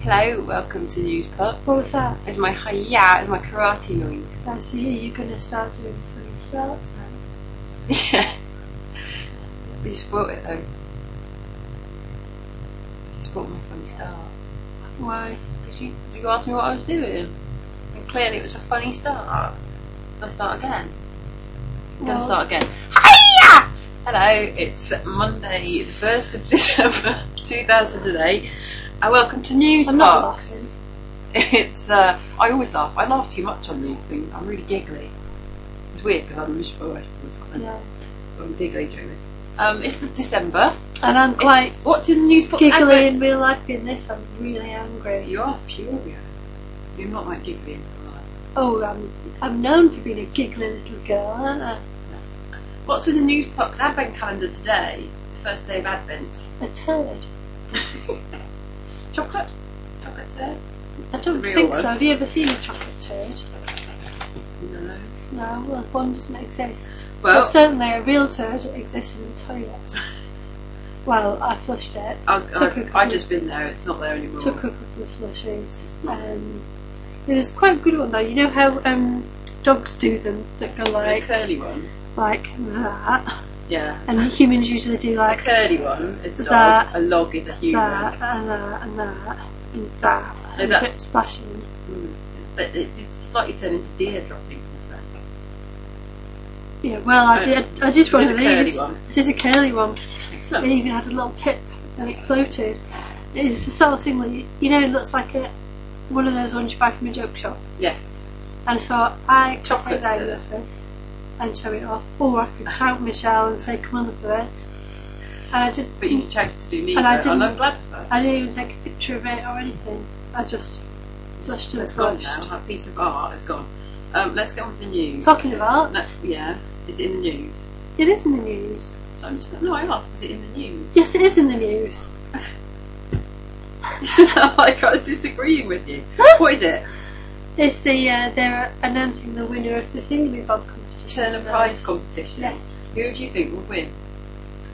Hello, welcome to Nude Pup. What was that? It's my hi yeah, it's my karate noise. That's you. You're gonna start doing funny starts now. Yeah. You spoilt it though. You spoilt my funny start. Why? Because you, you asked me what I was doing. And clearly it was a funny start. I'll start again. I'm Well- gonna start again. Hiya! Hello, it's Monday, the 1st of December 2008, and welcome to News I'm not Box. It's, uh, I always laugh. I laugh too much on these things. I'm really giggly. It's weird because I'm miserable the rest of the time. Yeah. I'm giggly during this. Um, it's the December. And I'm It's- quite What's in the news box? giggly in real life. In this, I'm really angry. You are furious. You're not like giggly in real life. Oh, I'm I'm known for being a giggly little girl, aren't I? What's in the news box advent calendar today? First day of Advent. A turd. Chocolate? Chocolate today? I don't Real think one. so. Have you ever seen a chocolate turd? No. No. Well, one doesn't exist. Well, certainly a real turd exists in the toilet. Well, I flushed it. I was, took a I've, couple- I've just been there. It's not there anymore. took a couple of flushes. Um, it was quite a good one though. You know how um, dogs do them that go a like curly one. like that, Yeah. and humans usually do A like curly one is a dog. That. A log is a human. that and that and that and that. No, and a that's- bit splashing. Mm. But it did slightly turn into deer dropping. Yeah, well, I Oh, did. I did one you of did a curly these. one. I did a curly one. It Excellent. even had a little tip, and it floated. It's the sort of thing that you, you know it looks like a one of those ones you buy from a joke shop. Yes. And so I could Chocolate take that in turd. the face and show it off, or I could shout Michelle and say, "Come on, the birds." And I did. But you chose to do neither, And and, I I'm didn't- glad for that. I didn't even take a picture of it or anything. I just flushed and It's gone flushed. now. That piece of art is gone. Um, let's get on with the news. Talking about, Let's- yeah, is it in the news? it is in the news. So I'm just no. I asked, is it in the news? Yes, it is in the news. You sound like I was disagreeing with you. what is it? It's the uh, they're announcing the winner of the thingamabob competition. Turner tonight. Prize competition. Yes. Who do you think will win?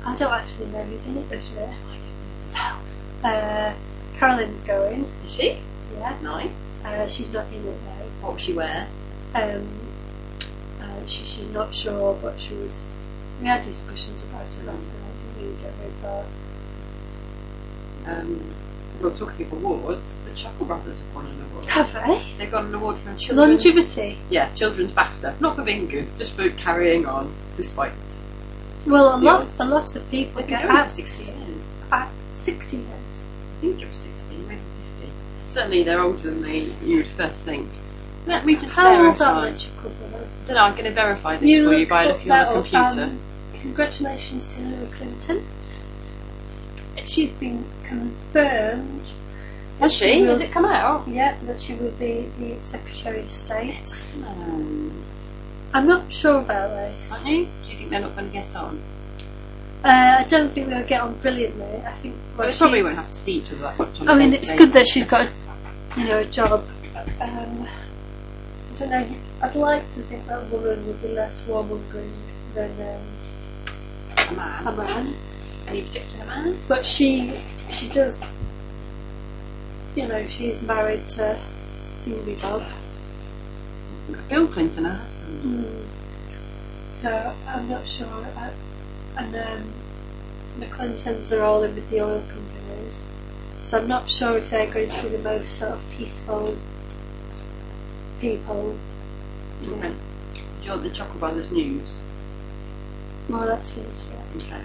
I don't actually know who's in it this year. No. Uh, Carolyn's going. Is she? Yeah. Nice. Uh, she's not in it though. What will she wear? um, uh, she, she's not sure, but she was. We had discussions about it last night. Didn't really get very far. Um, well, talking of awards, the Chuckle Brothers have won an award. Have they? They've got an award from Children's... Longevity. Yeah, Children's BAFTA. Not for being good, just for carrying on, despite... Well, a lot, Yes. a lot of people They've been get going for out 60 sixty. years. At sixty years. I think it was 16, maybe 15. Certainly they're older than they you would first think. Let me just How old verify. are the Chuckleberries? I don't know, I'm going to verify this for you by looking on the computer. um, congratulations to Hillary Clinton. She's been confirmed. Has she? she? Has Has it come out? Yeah, that she will be the Secretary of State. Excellent. I'm not sure about this. Um, Aren't you? Do you think they're not going to get on? Uh, I don't think they'll get on brilliantly. I think. Well, they she- probably won't have to see each other that much on I a mean, day-to-day it's good that she's got, a, you know, a job. Um, I don't know. I'd like to think that woman would be less warmongering than um, a man. a man, Any particular man? but she she does. You know, she's married to Phoebe Bob. Bill Clinton, her husband. Mm. So I'm not sure. I, and um, the Clintons are all in with the oil companies, so I'm not sure if they're going to be the most sort of peaceful people. Okay. Do you want the Chocolate Brothers news? Well, that's finished. Yeah. Okay.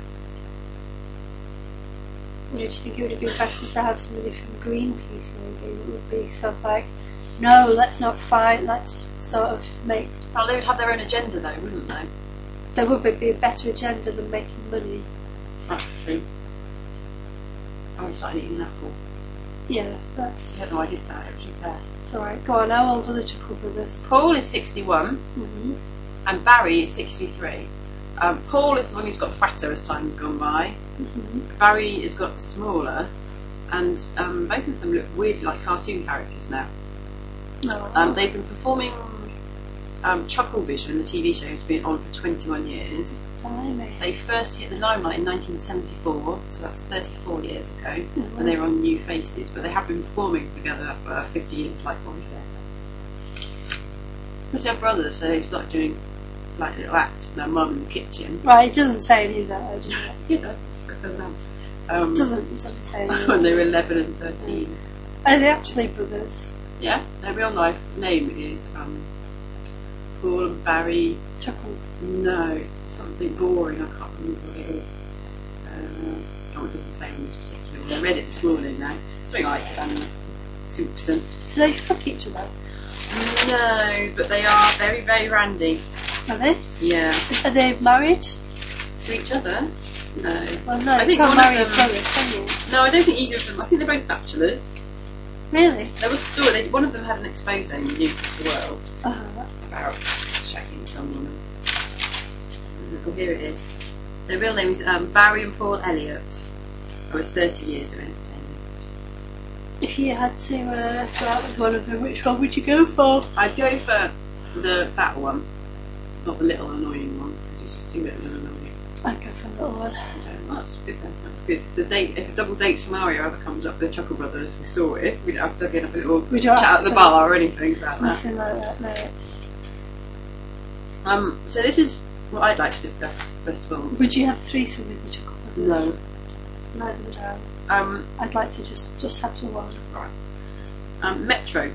You know, do you think it would have been better to have somebody from Greenpeace maybe? It would be sort of like, no, let's not fight. Let's sort of make. Well, they would have their own agenda though, wouldn't they? There would be a better agenda than making money. That's true. Oh, it's like eating an apple. Yeah, that's I don't know why I did that, it was just there. it's alright. Go on, how old are the Chuckle Brothers? Paul is 61 Mm-hmm. and Barry is 63. Um, Paul is the one who's got fatter as time's gone by. Mm-hmm. Barry has got smaller, and um, both of them look weirdly like cartoon characters now. No. Um, they've been performing um, Tropical Vision, the TV show, has been on for 21 years. Blimey. They first hit the limelight in 1974, so that's 34 years ago, Mhm. and they were on New Faces, but they have been performing together for 50 years, like Molly said. But they're brothers, so they started doing like little acts with their mum in the kitchen. Well, it doesn't say any of that, though, does it? You know, it's for their mum. Um, It doesn't, it doesn't say any of when that. they were 11 and 13. Are they actually brothers? Yeah, their real life name is um, Paul and Barry Chuckle. No, it's something boring. I can't remember what it is. Uh, oh, it doesn't say in particular. I read it this morning now. Something like um, Simpson. Do they fuck each other? No, but they are very, very randy. Are they? Yeah. Are they married? To each other? No. Well, no, I you think can't one of marry a them- brother, can you? No, I don't think either of them. I think they're both bachelors. Really? There was a story. They, one of them had an expose in the News of the World Uh-huh. about shacking someone. Oh, here it is. Their real name is um, Barry and Paul Elliott. I was 30 years of entertainment. If you had to uh, go out with one of them, which one would you go for? I'd go for the fat one, not the little annoying one, because it's just too little and annoying. I'd go for the little one. I don't know, That's good then. That's good. The date, if a double date scenario ever comes up, the Chuckle Brothers, we saw it. We don't have to get up a little We don't chat have at the to. bar or anything about that. Nothing like that, no, it's... Um, so this is what I'd like to discuss first of all. Would you have threesome with the chuckle brothers? No. Neither would I. Um, I'd like to just, just have the one. um, Metro,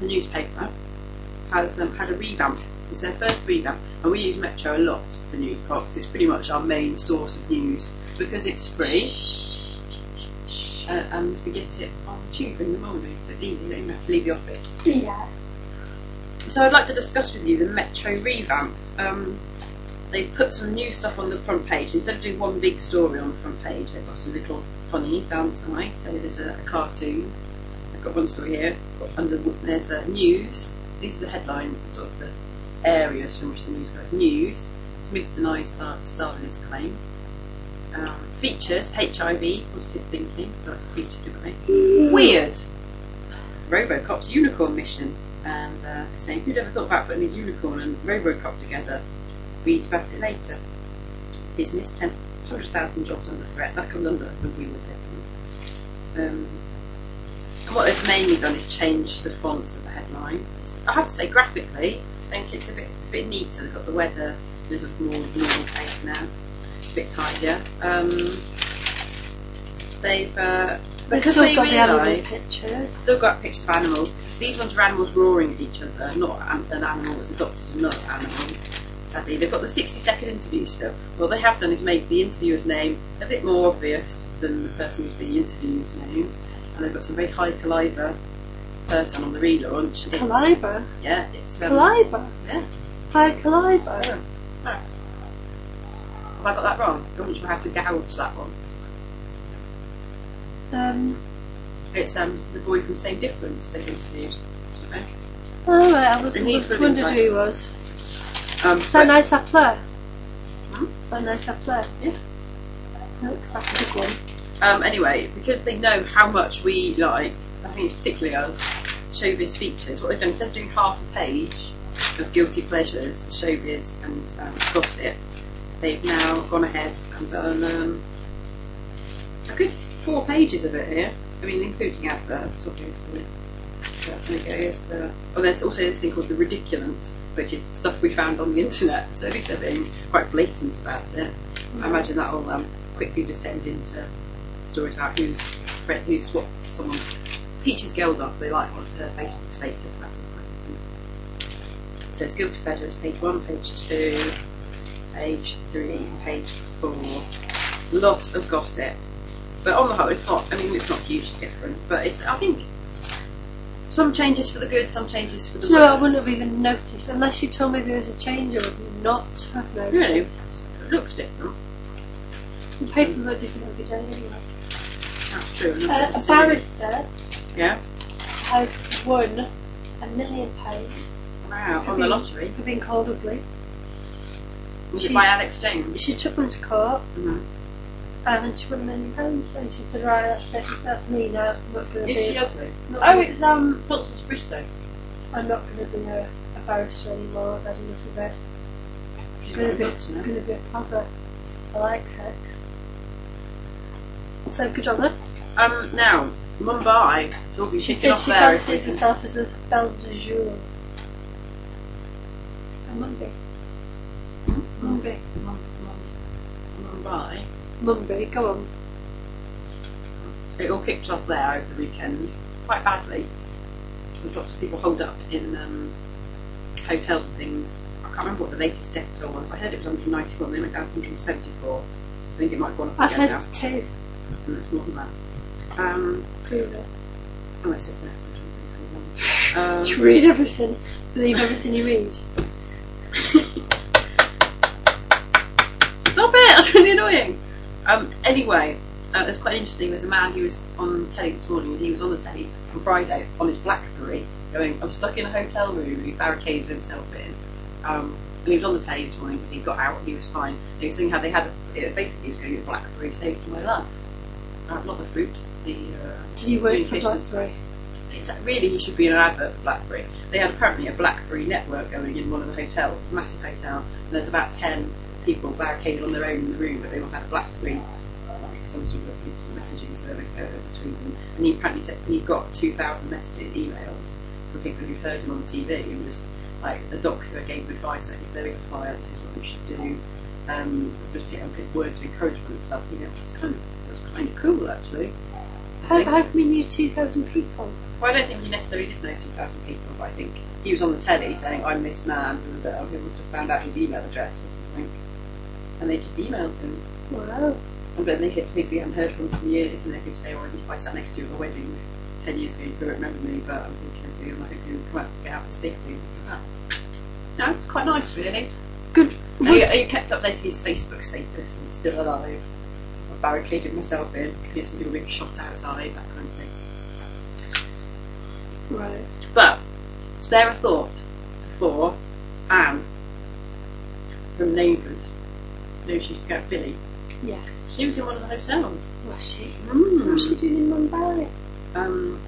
the newspaper, has um, had a revamp. It's their first revamp, and we use Metro a lot for news pops. It's pretty much our main source of news because it's free. uh, and we get it on Tube in the morning, so it's easy, you don't have to leave the office. Yeah. So I'd like to discuss with you the Metro revamp. Um, they've put some new stuff on the front page. Instead of doing one big story on the front page, they've got some little funnies down the side. So there's a, a cartoon. I've got one story here. Got Under there's uh, news. These are the headline sort of the areas from which the news goes. News. Smith denies Star- Stalinist claim. Um, features HIV, positive thinking, so that's a feature degree. Weird. RoboCop's unicorn mission, and uh, it's saying who'd ever thought about putting a unicorn and RoboCop together? Read about it later. Business: 10 100,000 jobs under threat. That comes under the we would Um, and what they've mainly done is change the fonts of the headline. It's- I have to say, graphically, I think it's a bit a bit neater. They've got the weather. There's a more normal place now. It's a bit tidier. Um, they've uh, They've because still they got the animal realise- pictures. still got pictures of animals. These ones are animals roaring at each other, not an, an animal that's adopted another animal. Sadly, they've got the 60 second interview still. What they have done is make the interviewer's name a bit more obvious than the person who's being interviewed's name. And they've got some very high caliber person on the relaunch. It's- Caliber. Yeah, it's. Um, Caliber. Yeah. High Caliber. Oh, nice. Have I got that wrong? I'm not sure how to gouge that one. Um, It's um, the boy from Same Difference they've interviewed. Okay. alright, I was, And he's was good wondered who he insights. was. Um, So but- nice up there. Hmm? So nice up there. Yeah. That looks like a good one. Um, anyway, because they know how much we like, I think it's particularly us, showbiz features, what they've done, instead of doing half a page of guilty pleasures, showbiz and um, gossip, they've now gone ahead and done um, a good four pages of it here. I mean, including adverts, obviously. But there you go, yes, uh, oh, there's also this thing called the ridiculent, which is stuff we found on the internet. So at least they're being quite blatant about it. I imagine that will um, quickly descend into stories about who's read, who's what someone's Peaches Geldof. They like one of her Facebook status. That's all right. So it's guilty pleasures. Page one, page two, page three, page four. Lot of gossip, but on the whole, it's not. I mean, it's not hugely different, but it's. I think some changes for the good, some changes for the Do you know, I worst. wouldn't have even noticed. Unless you told me there was a change, I would not have noticed. Really, it looks different. The papers were different every day anyway. That's true. and Uh, that's a something- barrister Yeah. has won a million pounds Wow. Could On the be- lottery. for being called ugly. Was She- it by Alex James? She took them to court Mhm. and she won a million pounds. And she said, right, that's it, that's me now. I'm not going to be. ugly? not Oh, gonna- it's um, Constance Bristow. I'm not going to be a, a Forester anymore. I've had enough of it. She's Gonna got be, books now. gonna be a potter. I like sex. So good on her. Um, now, Mumbai. She'll be She kicking says off she there. if we fancies can- herself as a belle de jour. A mumby. Mumby. Mum- Mum- Mumbai. Mumby, go on. It all kicked off there over the weekend quite badly. There's lots of people holed up in um, hotels and things. I can't remember what the latest death toll was. I heard it was 191, then it went down to 174. I think it might go on up I've again heard now. two. Mm, it's more than that. Um, Prove it. oh, it's just there. Um, You read everything. Believe everything you read. Stop it! That's really annoying. Um, anyway, uh, it's quite interesting. There's a man who was on telly this morning, and he was on the telly on Friday on his BlackBerry, going, "I'm stuck in a hotel room." He barricaded himself in. Um, and he was on the telly this morning because he got out and he was fine. And he was saying how they had it, basically he was going, "BlackBerry saved my life." Uh, not the fruit. The uh, Did you work for communications- Blackberry? it's really he should be in an advert for BlackBerry. They had apparently a BlackBerry network going in one of the hotels, a massive hotel, and there's about ten people barricaded on their own in the room, but they all had a BlackBerry, like some sort of instant messaging service going on between them. And he apparently said he got two thousand messages, emails from people who'd heard him on TV, and was like a doctor gave him advice like if there is a fire, this is what you should do. Um, just you know, good words of encouragement and stuff. You know, that's kind of that's kind of cool actually. I How, think- how come we knew 2,000 people? well, I don't think he necessarily did know 2,000 people, but I think he was on the telly saying, I'm this man, and that he must have found out his email address or something. And they just emailed him. Wow. And then they said, people we haven't heard from for years, and they keep saying, well, if I sat next to you at a wedding 10 years ago, you could remember me, but I'm thinking, and I hope you come out, get out and see me. No, it's quite nice, really. Good. And he, he kept updating his Facebook status, and still alive. I barricaded myself in, yes, people being shot outside, that kind of thing. Right. But spare a thought for Anne from Neighbours. You know, she used to go to Billy. Yes. She was in one of the hotels. Was she? What was she Mm. doing in Mumbai? Um,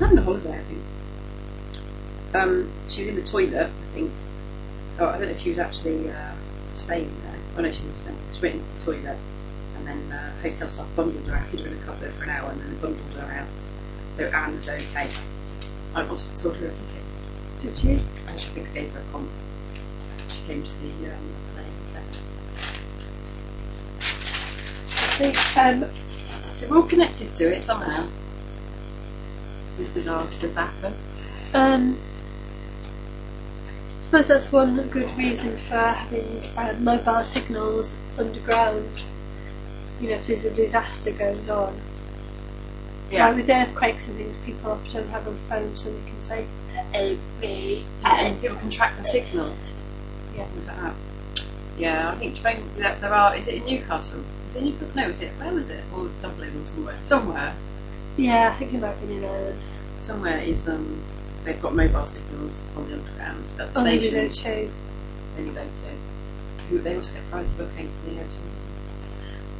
and the holiday, I think. Um, she was in the toilet, I think. Oh, I don't know if she was actually uh, staying there. Oh no, she was staying. She went into the toilet, and then uh, hotel staff bundled her out, hid her in a cupboard for an hour, and then bundled her out. So Anne was okay. I also sold her a ticket. Did you? I should think they were comp. She came to see um, play Leicester. I think, um, So we're all connected to it somehow. This disaster's happened. Um, I suppose that's one good reason for having uh, mobile signals underground. You know, if there's a disaster goes on. Like with earthquakes and things, people often have a phone so they can say, every, and people can track the signal. Yeah. Things like that. Yeah, I think train, there, there are. Is it in Newcastle? Is it Newcastle? No, is it? Where was it? Or Dublin or somewhere? Somewhere. Yeah, I think it might have been in Ireland. Somewhere is um. They've got mobile signals on the underground at Or Oh, maybe they're stations. too. Any go to. Who they also get priority booking for the hotel.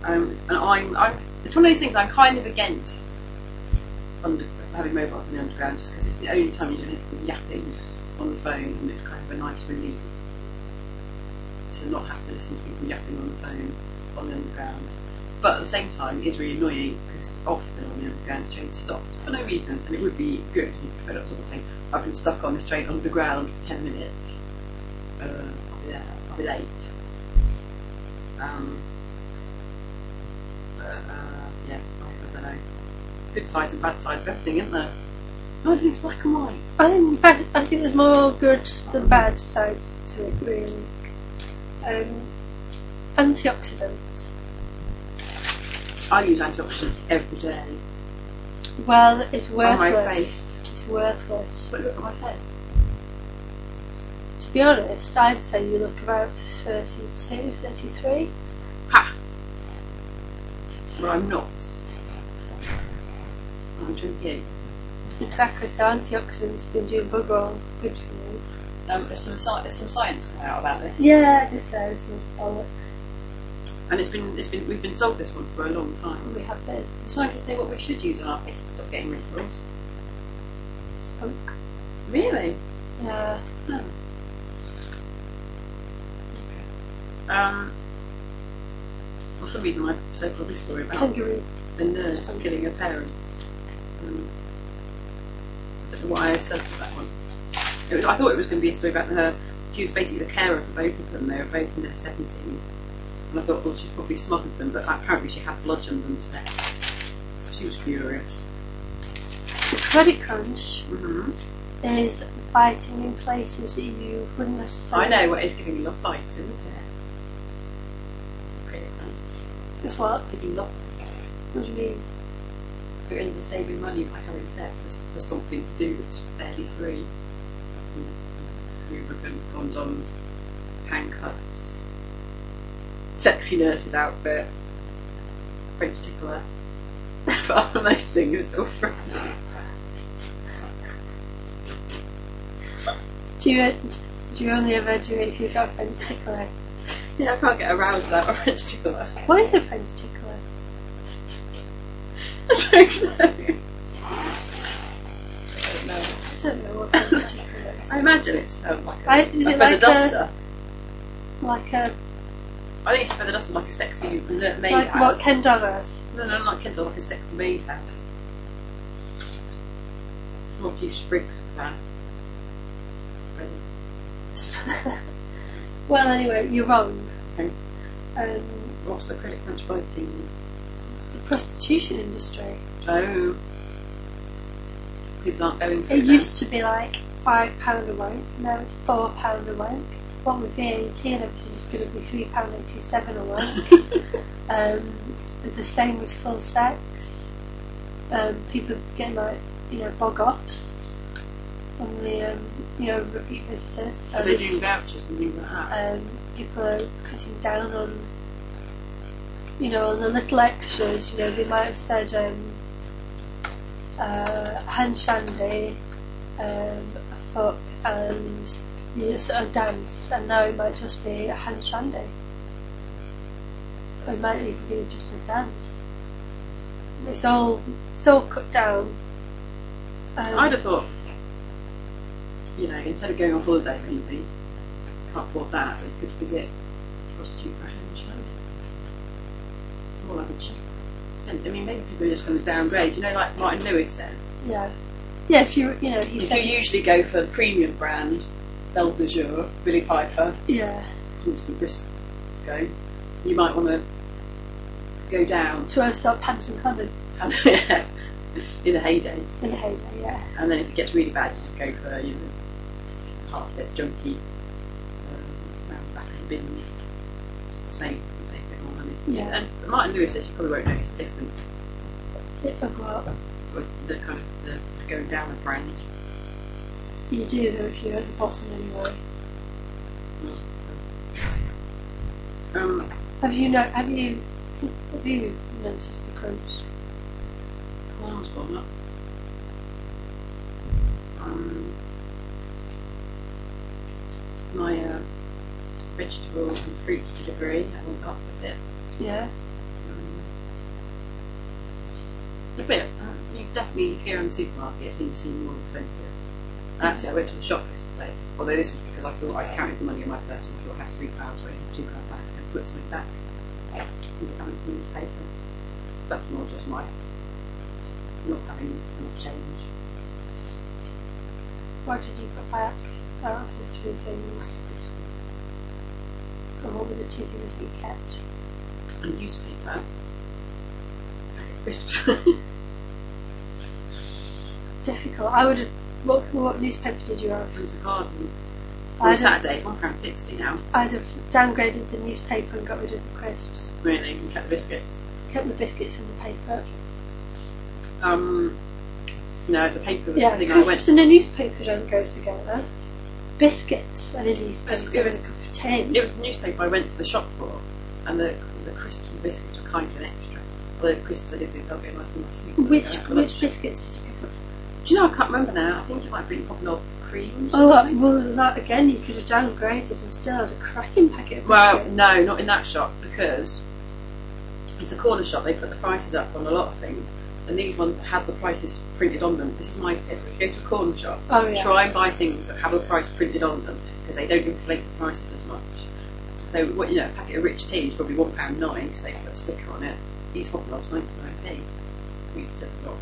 Um, and I'm, I'm, it's one of those things I'm kind of against under, having mobiles in the underground just because it's the only time you don't have to be yapping on the phone and it's kind of a nice relief to not have to listen to people yapping on the phone on the underground. But at the same time, it's really annoying because often on the underground the train's stopped for no reason and it would be good if you fed up sort of saying, I've been stuck on this train underground for 10 minutes. Uh, I'll be there, I'll be late. Um, but, uh, yeah, I don't know. Good sides and bad sides of everything, isn't there? No, I think it's black and white. I think, in fact, I think there's more good than bad sides to it, really. Um, antioxidants. I use antioxidants every day. Well, it's On worthless. my face. It's worthless. But look at my face. To be honest, I'd say you look about 32, 33. Ha! Well, I'm not. I'm 28. Exactly, so antioxidants have been doing bugger all good for you. Um, there's some, sci- there's some science come out about this. Yeah, this is bollocks. And it's been, it's been, we've been sold this one for a long time. We have been The scientists say what we should use on our face to stop getting wrinkles. spoke. Really? Yeah. Um, for some reason, I so for this story about Kangaroo. the nurse killing her parents. Um, I don't know why I said that one. It was, I thought it was going to be a story about her. She was basically the carer for both of them. They were both in their seventies, and I thought, well, she probably smothered them, but apparently she had bludgeoned them to death. She was furious. The credit crunch hmm is biting in places that you wouldn't I necessarily. know. Well, it's giving love bites, isn't it? Pretty nice. Is what? Giving love What do you mean? You're into saving money by having sex as, as something to do that's fairly free. Lubricant, condoms, handcuffs, sexy nurse's outfit, French tickler. but all of those things, it's all free. Do you do you only ever do it if you've got a French tickler? Yeah, I can't get around without a French tickler. What is a French tickler? I don't know. I don't know. I don't know what a French tickler is. I imagine it's um, like a, I- is a it feather like a- duster. Like a I think it's a feather duster like a sexy n- maid like what has. Ken Dogger has. No, no, not Kindle, like a sexy maid has. Or a few sprigs of that. well, anyway, you're wrong. Okay. Um, What's the credit crunch biting? the prostitution industry. Oh. People aren't going for It it. used to be like five pound a wank, now it's four pound a wank. What with VAT and everything, it's going to be three pound eighty seven a wank. um, the same with full sex. Um, people getting like you know bog offs on the um, you know repeat visitors. Are they doing vouchers and things like that? um, people are cutting down on, you know, on the little extras. You know, they might have said um, uh, hand shandy, um, a fuck, and you just a dance, and now it might just be a hand shandy. Or It might even be just a dance. It's all it's all cut down. Um, I'd have thought, you know, instead of going on holiday or anything, can't afford that, they could visit a prostitute for a hand show. Or like a cheap. I mean, maybe people are just going to downgrade. You know, like Martin Lewis says, yeah, yeah. If you you know, he If said you usually go for the premium brand, Belle de Jour, Billy Piper, yeah Constant Briscoe, you might want to go down to a Southampton Common. and, in a heyday. In the heyday, yeah. And then if it gets really bad, you just go for, you know, half dead junkie, um, round back of the bins, to save, save a bit more money. Yeah. And Martin Lewis says you probably won't notice the difference Bit of what with the kind of the going down the brand. you do though if you're at the bottom anyway. Um, Have you no have you have you noticed the crunch? Corn's gone up. Um, my uh, vegetable and fruit delivery hasn't got with it. Yeah. Um, a bit. Uh, you definitely here in the supermarket and you see more expensive. And actually, I went to the shop yesterday. Although this was because I thought I counted the money in my purse and I thought I had three pounds or I had two pounds. I had to go put something back. I haven't seen the paper. That's more just my not having enough change. What did you put back? Oh, it was just three things. And what were the two things that you kept? A newspaper. Packet of crisps. Difficult. I would have what what newspaper did you have? Fruits of garden. On I'd have, Saturday, one pound sixty now. I'd have downgraded the newspaper and got rid of the crisps. Really, and kept the biscuits. Kept the biscuits in the paper. Um, no, the paper was Yeah, the thing I went. crisps and a newspaper don't go together. Biscuits and a newspaper. it was- and a cup of tea. It was the newspaper I went to the shop for, and the the crisps and biscuits were kind of an extra. Although the crisps I did think that'd be a nice and nice. Which which biscuits did you pick up? Do you know? I can't remember now. I think it might have been hobnob cream. Oh, that, well, that again, you could have downgraded and still had a cracking packet of Well, biscuits. no, not in that shop because it's a corner shop. They put the prices up on a lot of things, And these ones that had the prices printed on them. This is my tip. If you go to a corner shop, Oh, yeah. try and buy things that have a price printed on them because they don't inflate the prices as much. So what you know, a packet of rich tea is probably one pound nine because they put a sticker on it. These hot rods ninety nine p. We said not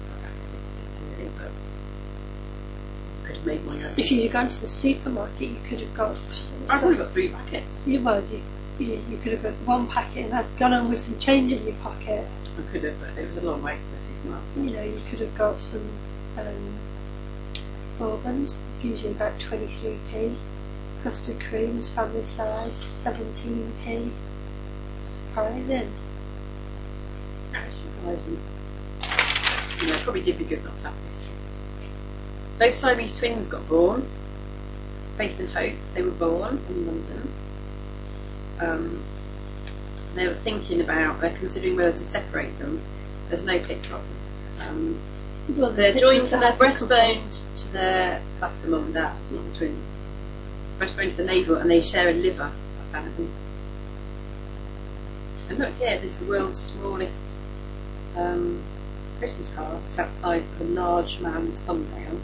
it's really, but I could have made my own. If you'd gone to the supermarket, you could have got some. I've probably got three packets. you, well, you, you, you could have got one packet and had gone on with some change in your pocket. I could have, but it was a long way from the supermarket. You know, you could have got some um, bourbons, usually about 23p. Custard creams, family size, 17p. Surprising. Actually, I wasn't. You know, it probably did be good not to have those kids. Those Siamese twins got born. Faith and Hope, they were born in London. Um, they were thinking about, they're considering whether to separate them. There's no click drop. Um, Well, they're joined from their breastbone to their, that's the mum and dad, it's not the twins. Breastbone to the navel and they share a liver, apparently. And look here, there's the world's smallest um, Christmas card. It's about the size of a large man's thumbnail.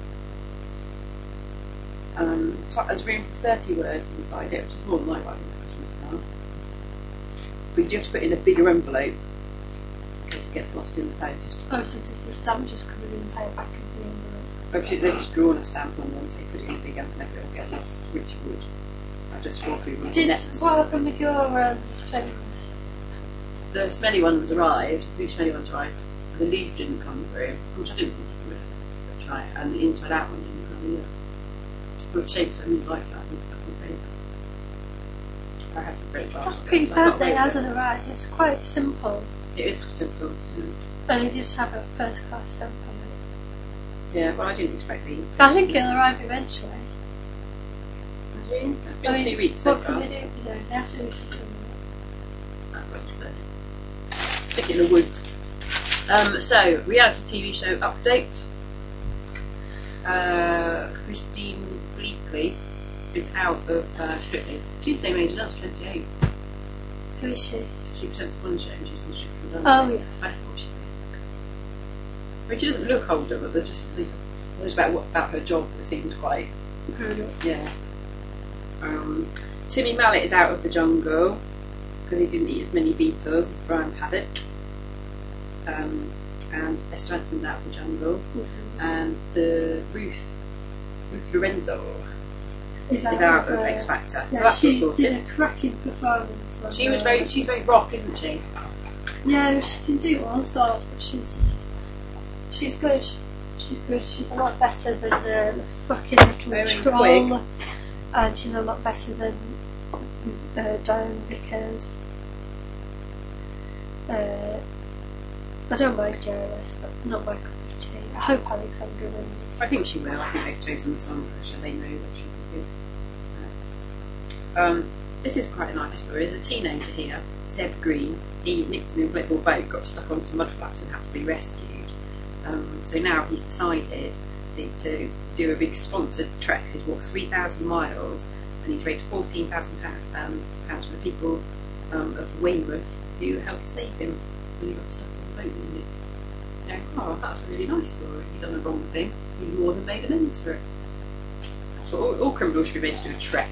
Um, there's, t- there's room for 30 words inside it, which is more than I write in a Christmas card. But you do have to put it in a bigger envelope in case it gets lost in the post. Oh, so does the stamp just cover the entire back of the envelope? Actually, they've just drawn a stamp on them, so you put it in a big envelope, it'll get lost, which it would. I just walked through one of the Did nets. what happened with your um, things? The smelly ones arrived, the three smelly ones arrived, and the leaf didn't come through, which I didn't think it would, but try it, and the inside out one didn't come either. But shapes I didn't like that, I think that would be- I had some great That's laughs with pretty it, so I bad got that away it with hasn't arrived. It's quite simple. it. It is simple. yeah. And you just have a first class stamp on it. Yeah, well, I didn't expect these. I think it'll arrive eventually. It's been I mean, two weeks so what far. can they do? You know, they have to do something. That works better. Stick it in the woods. Um, so, reality TV show update. Uh, Christine Bleakley is out of uh, Strictly. She's the same age as us, 28. Who is she? She presents one show and she's on Strictly Dancing. Oh, yeah. I thought she I mean, she doesn't look older, but there's just something there's about, what, about her job that seems quite Grown up. yeah. Um, Timmy Mallet is out of the jungle because he didn't eat as many beetles as Brian Paddock. Um, and Esther Hanson's out of the jungle. And the Ruth, Ruth Lorenzo Is is out of X Factor. Uh, Yeah, so that's she all did sorted. a cracking performance. on She was her. very, she's very rock, isn't she? No, she can do all sorts, but she's she's good. She's good. She's a lot better than uh, the fucking Very little quick. troll, and she's a lot better than uh, Diane Vickers. Uh, I don't mind JRS, but not my cup of tea. I hope Alexandra wins. I think she will. I think they've chosen the song for her, so they know that she will do. it. Um, this is quite a nice story. As a teenager here, Seb Green, he nicked an inflatable boat, got stuck on some mud flaps and had to be rescued. Um, so now he's decided that to do a big sponsored trek. He's walked 3,000 miles and he's raised £14,000 um, pounds for the people um, of Weymouth who helped save him when he got stuck on the boat with it. Yeah, oh, that's a really nice story. He done the wrong thing. He more than made amends for it. That's what all, all criminals should be made to do a trek.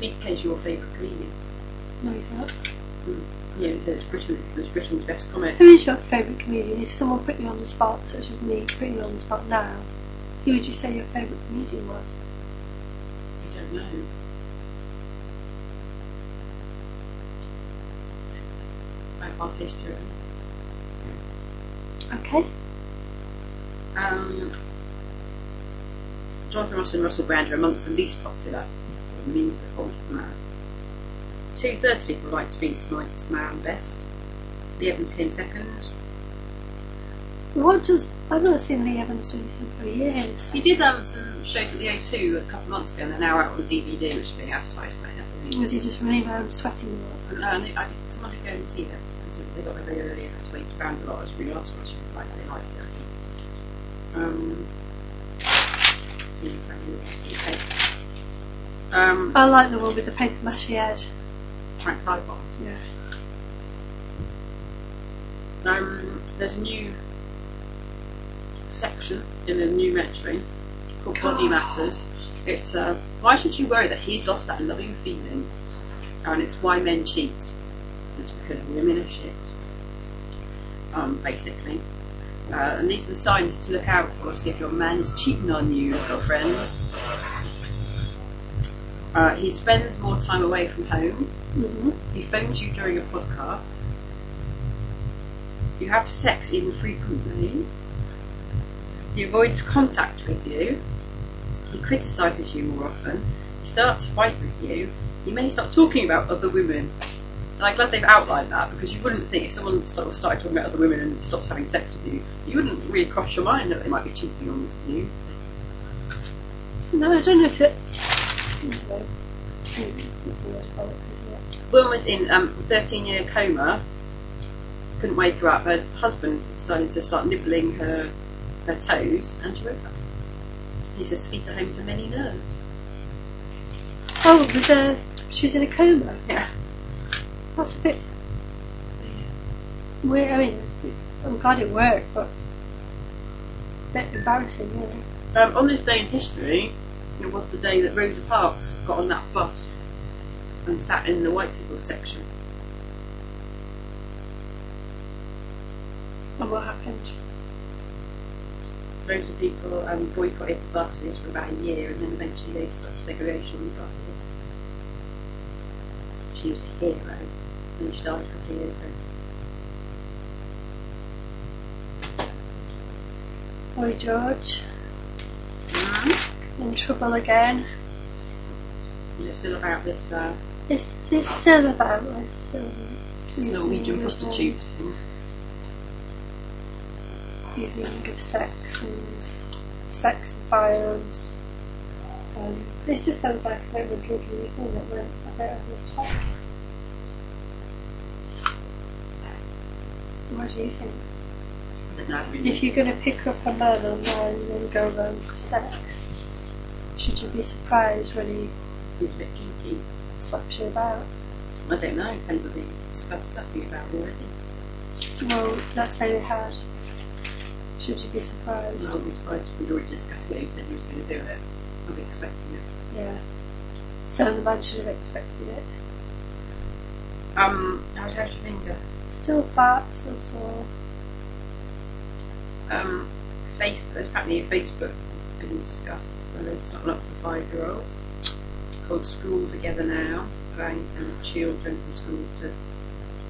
Pete Case, your favourite comedian. No, he's not. Yeah, that's Britain. That's Britain's best comic. Who is your favourite comedian? If someone put you on the spot, such as me putting you on the spot now, who would you say your favourite comedian was? I don't know. I will say Stuart. Okay. Um, Jonathan Ross and Russell Brand are amongst the least popular memes before man. Two thirds of people like to be tonight's man best. The Evans came second. What does I've not seen Lee Evans do anything for years. He did um, some shows at the O2 a couple of months ago and they're now out on DVD, which is being advertised by Apple. Was he just running around sweating a lot? No, I knew- I did, someone did go and see them. And so they got there very early and had to wait around a lot. I was really asked questions like they liked it. Um, okay. um, I like the one with the paper mache head. Frank Sidebottom. Yeah. Um, there's a new section in the new Metro called Body God. Matters. It's uh, why should you worry that he's lost that loving feeling? And it's why men cheat. It's because women are shit. Um, basically. Uh, and these are the signs to look out for. See if your man's cheating on you, girlfriend. Uh, he spends more time away from home. Mm-hmm. He phones you during a podcast. You have sex infrequently. He avoids contact with you. He criticises you more often. He starts to fight with you. He may start talking about other women. And I'm glad they've outlined that because you wouldn't think if someone sort of started talking about other women and stopped having sex with you, you wouldn't really cross your mind that they might be cheating on you. No, I don't know if it. No. It's a word for it, isn't it? Will was in um, a 13 year coma, couldn't wake her up. Her husband decided to start nibbling her her toes, and she woke up. He says, feet are home to many nerves. Oh, with the she was in a coma. Yeah. That's a bit weird. I mean, I'm glad it worked, but a bit embarrassing, really. Um, on this day in history, it was the day that Rosa Parks got on that bus and sat in the white people section. And what happened? Loads of people um, boycotted the buses for about a year and then eventually they stopped segregation on the buses. She was a hero and she died a couple of years ago. Boy George Mhm. in trouble again. And It's still about this uh, Is this still about like um, this Norwegian evening of, um, prostitute thing. evening of sex and sex and violence. Um, it just sounds like a bit of a druggy evening that went a bit over the top. What do you think? I don't know, really. If you're going to pick up a man online and then go round for sex, should you be surprised when he It's a bit kinky. slaps you about? I don't know, depends what they've discussed that thing about already. Well, let's say they had. Should you be surprised? I wouldn't be surprised if we'd already discussed it and said he was going to do it. I'd be expecting it. Yeah. So the man should have expected it. Um, how's, how's your finger? Still farts or so. Um, Facebook, apparently Facebook been discussed, and it's not up for five year olds. Called School Together Now, allowing um, children from schools to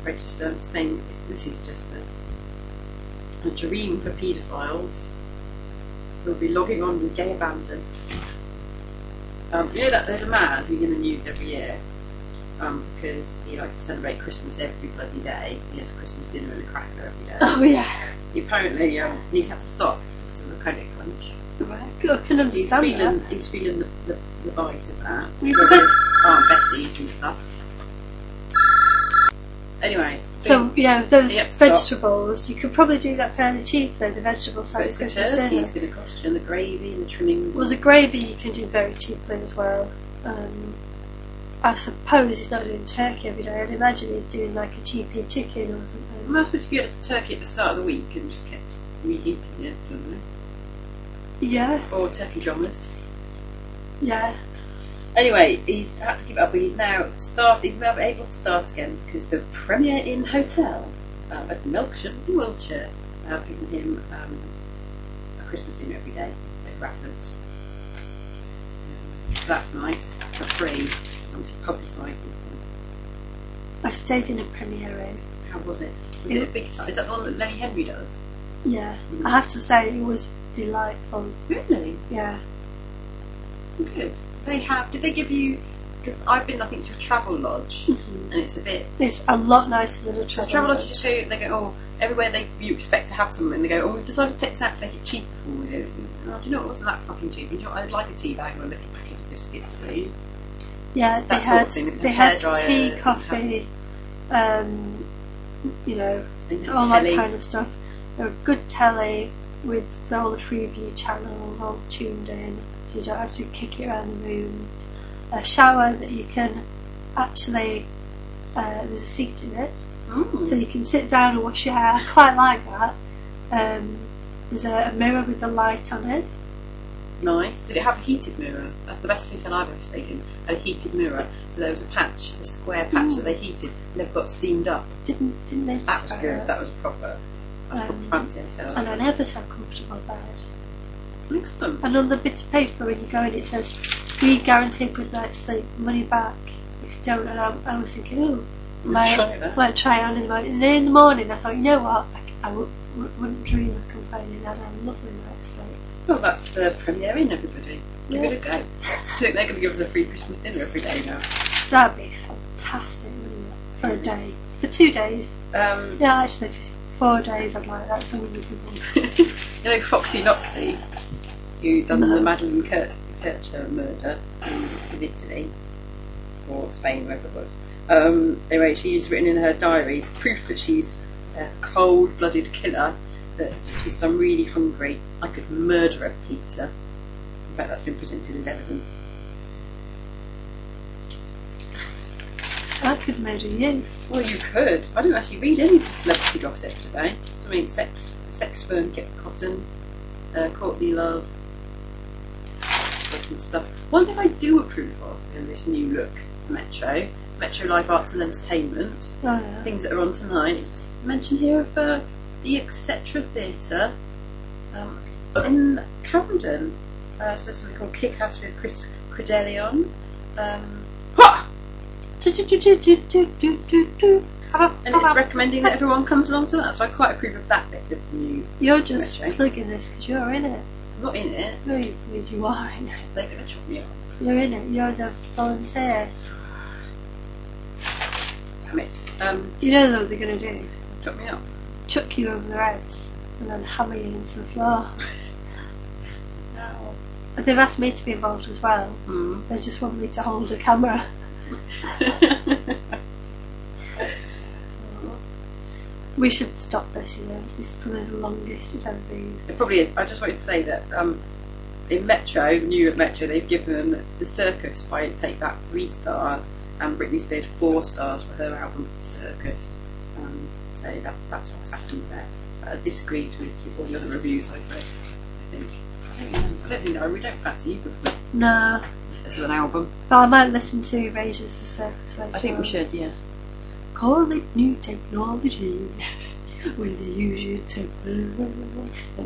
register, saying this is just a, a dream for paedophiles who'll be logging on with gay abandon. Um, you know that there's a man who's in the news every year um, because he likes to celebrate Christmas every bloody day. He has Christmas dinner and a cracker every day Oh yeah. apparently um, he's had to stop because of the credit crunch. Right. I can He's understand feeling, that. he's feeling the, the, the bite of that. Yeah. All those Aunt Bessie's and stuff. Anyway, So yeah, those Yep, stop. vegetables you could probably do that fairly cheaply. The vegetable side it's of the Christmas turkey's dinner. going to cost you, and the gravy and the trimmings. Well, the gravy you can do very cheaply as well. Um, I suppose he's not doing turkey every day. I'd imagine he's doing like a cheapy chicken or something. Am I supposed to be at the turkey at the start of the week and just kept re-eating it? Don't Yeah, I? Or turkey drummers. yeah. Anyway, he's had to give up, but he's now start. He's now able to start again because the Premier Inn Hotel um, at Melksham in Wiltshire have given him um, a Christmas dinner every day at Rafford. So that's nice for free. It's obviously publicised. I stayed in a Premier Inn. How was it? Was it a big time? Is that the one that Lenny Henry does? Yeah, I have to say it was delightful. Really? Yeah. Good. Did they have? Did they give you? Because I've been, I think, to a travel lodge, and it's a bit It's a lot nicer than a Because travel. Travelodge Mm-hmm. just go, they go, oh, everywhere they you expect to have something, they go, oh, we've decided to take this out to make it cheap for you. Oh, do you know what? It wasn't that fucking cheap. Do You know, what? I'd like a tea bag and a little packet of biscuits, please. Yeah, they Um, that sort had of thing, they a had hairdryer, tea, you coffee, um, you know, And all telly. that Oh, kind of stuff. A good telly with all the freeview channels all tuned in, so you don't have to kick it around the room. A shower that you can actually uh, there's a seat in it, Oh. So you can sit down and wash your hair. I quite like that. Um, there's a, a mirror with a light on it. Nice. Did it have a heated mirror? That's the best thing that I've ever stayed in. Had a heated mirror. So there was a patch, a square patch Mm. that they heated, and they've got steamed up. Didn't didn't they? That was just- good. That was proper. I was proper Um, fancy hotel. And an ever so comfortable bed. Excellent. And on the bit of paper when you go in, it says, "We guarantee a good night's sleep, money back if you don't." And I, I was thinking, "Oh, might Try that. might try it on in the morning." And then in the morning, I thought, you know what? I, c- I w- w- wouldn't dream of complaining. I had a lovely night's sleep. Well, that's the premiere in everybody. Give it a go. I think they're going to give us a free Christmas dinner every day now. That'd be fantastic, wouldn't it? For a day, for two days. Um, Yeah, actually, for four days, I'd like that. Someone would you know Foxy Noxy, who done No. the Madeline Kurt, Kircher murder in, in Italy or Spain, wherever it was. Um, anyway, she's written in her diary proof that she's a cold-blooded killer. That she says, "I'm really hungry. I could murder a pizza." In fact, that's been presented as evidence. I could murder you. Well, you could. I didn't actually read any of the celebrity gossip today. So, I mean, sex, sex fern, Kit Cotton, uh, Courtney Love, there's some stuff. One thing I do approve of in this new look Metro, Metro Live Arts and Entertainment, Oh, yeah. things that are on tonight. Mention here of uh, the Etc. Theatre um, in Camden. Uh, so there's something called Kick Ass with Chris Credelion. Um, ha! And it's recommending that everyone comes along to that, so I quite approve of that bit of the news. You're just Retro. plugging this because you're in it. I'm not in it, No, you, you are in it. they're going to chop me up. You're in it. You're the volunteer. Damn it. Um, You know what they're going to do? chop me up. Chuck you over their heads and then hammer you into the floor. No. And They've asked me to be involved as well. Hmm. They just want me to hold a camera. Hmm. We should stop this, you know. This is probably the longest it's ever been. it probably is. I just wanted to say that um, in Metro, New York Metro, they've given The Circus by Take That three stars and Britney Spears four stars for her album The Circus. Um, so that, that's what's happened there. Uh, disagrees with all the other reviews I've read, I think. I think I don't think I we don't fancy either of them No, as an album. but I might listen to Rangers the Circus later. I think on. we should, yeah. Call it new technology with the usual technology.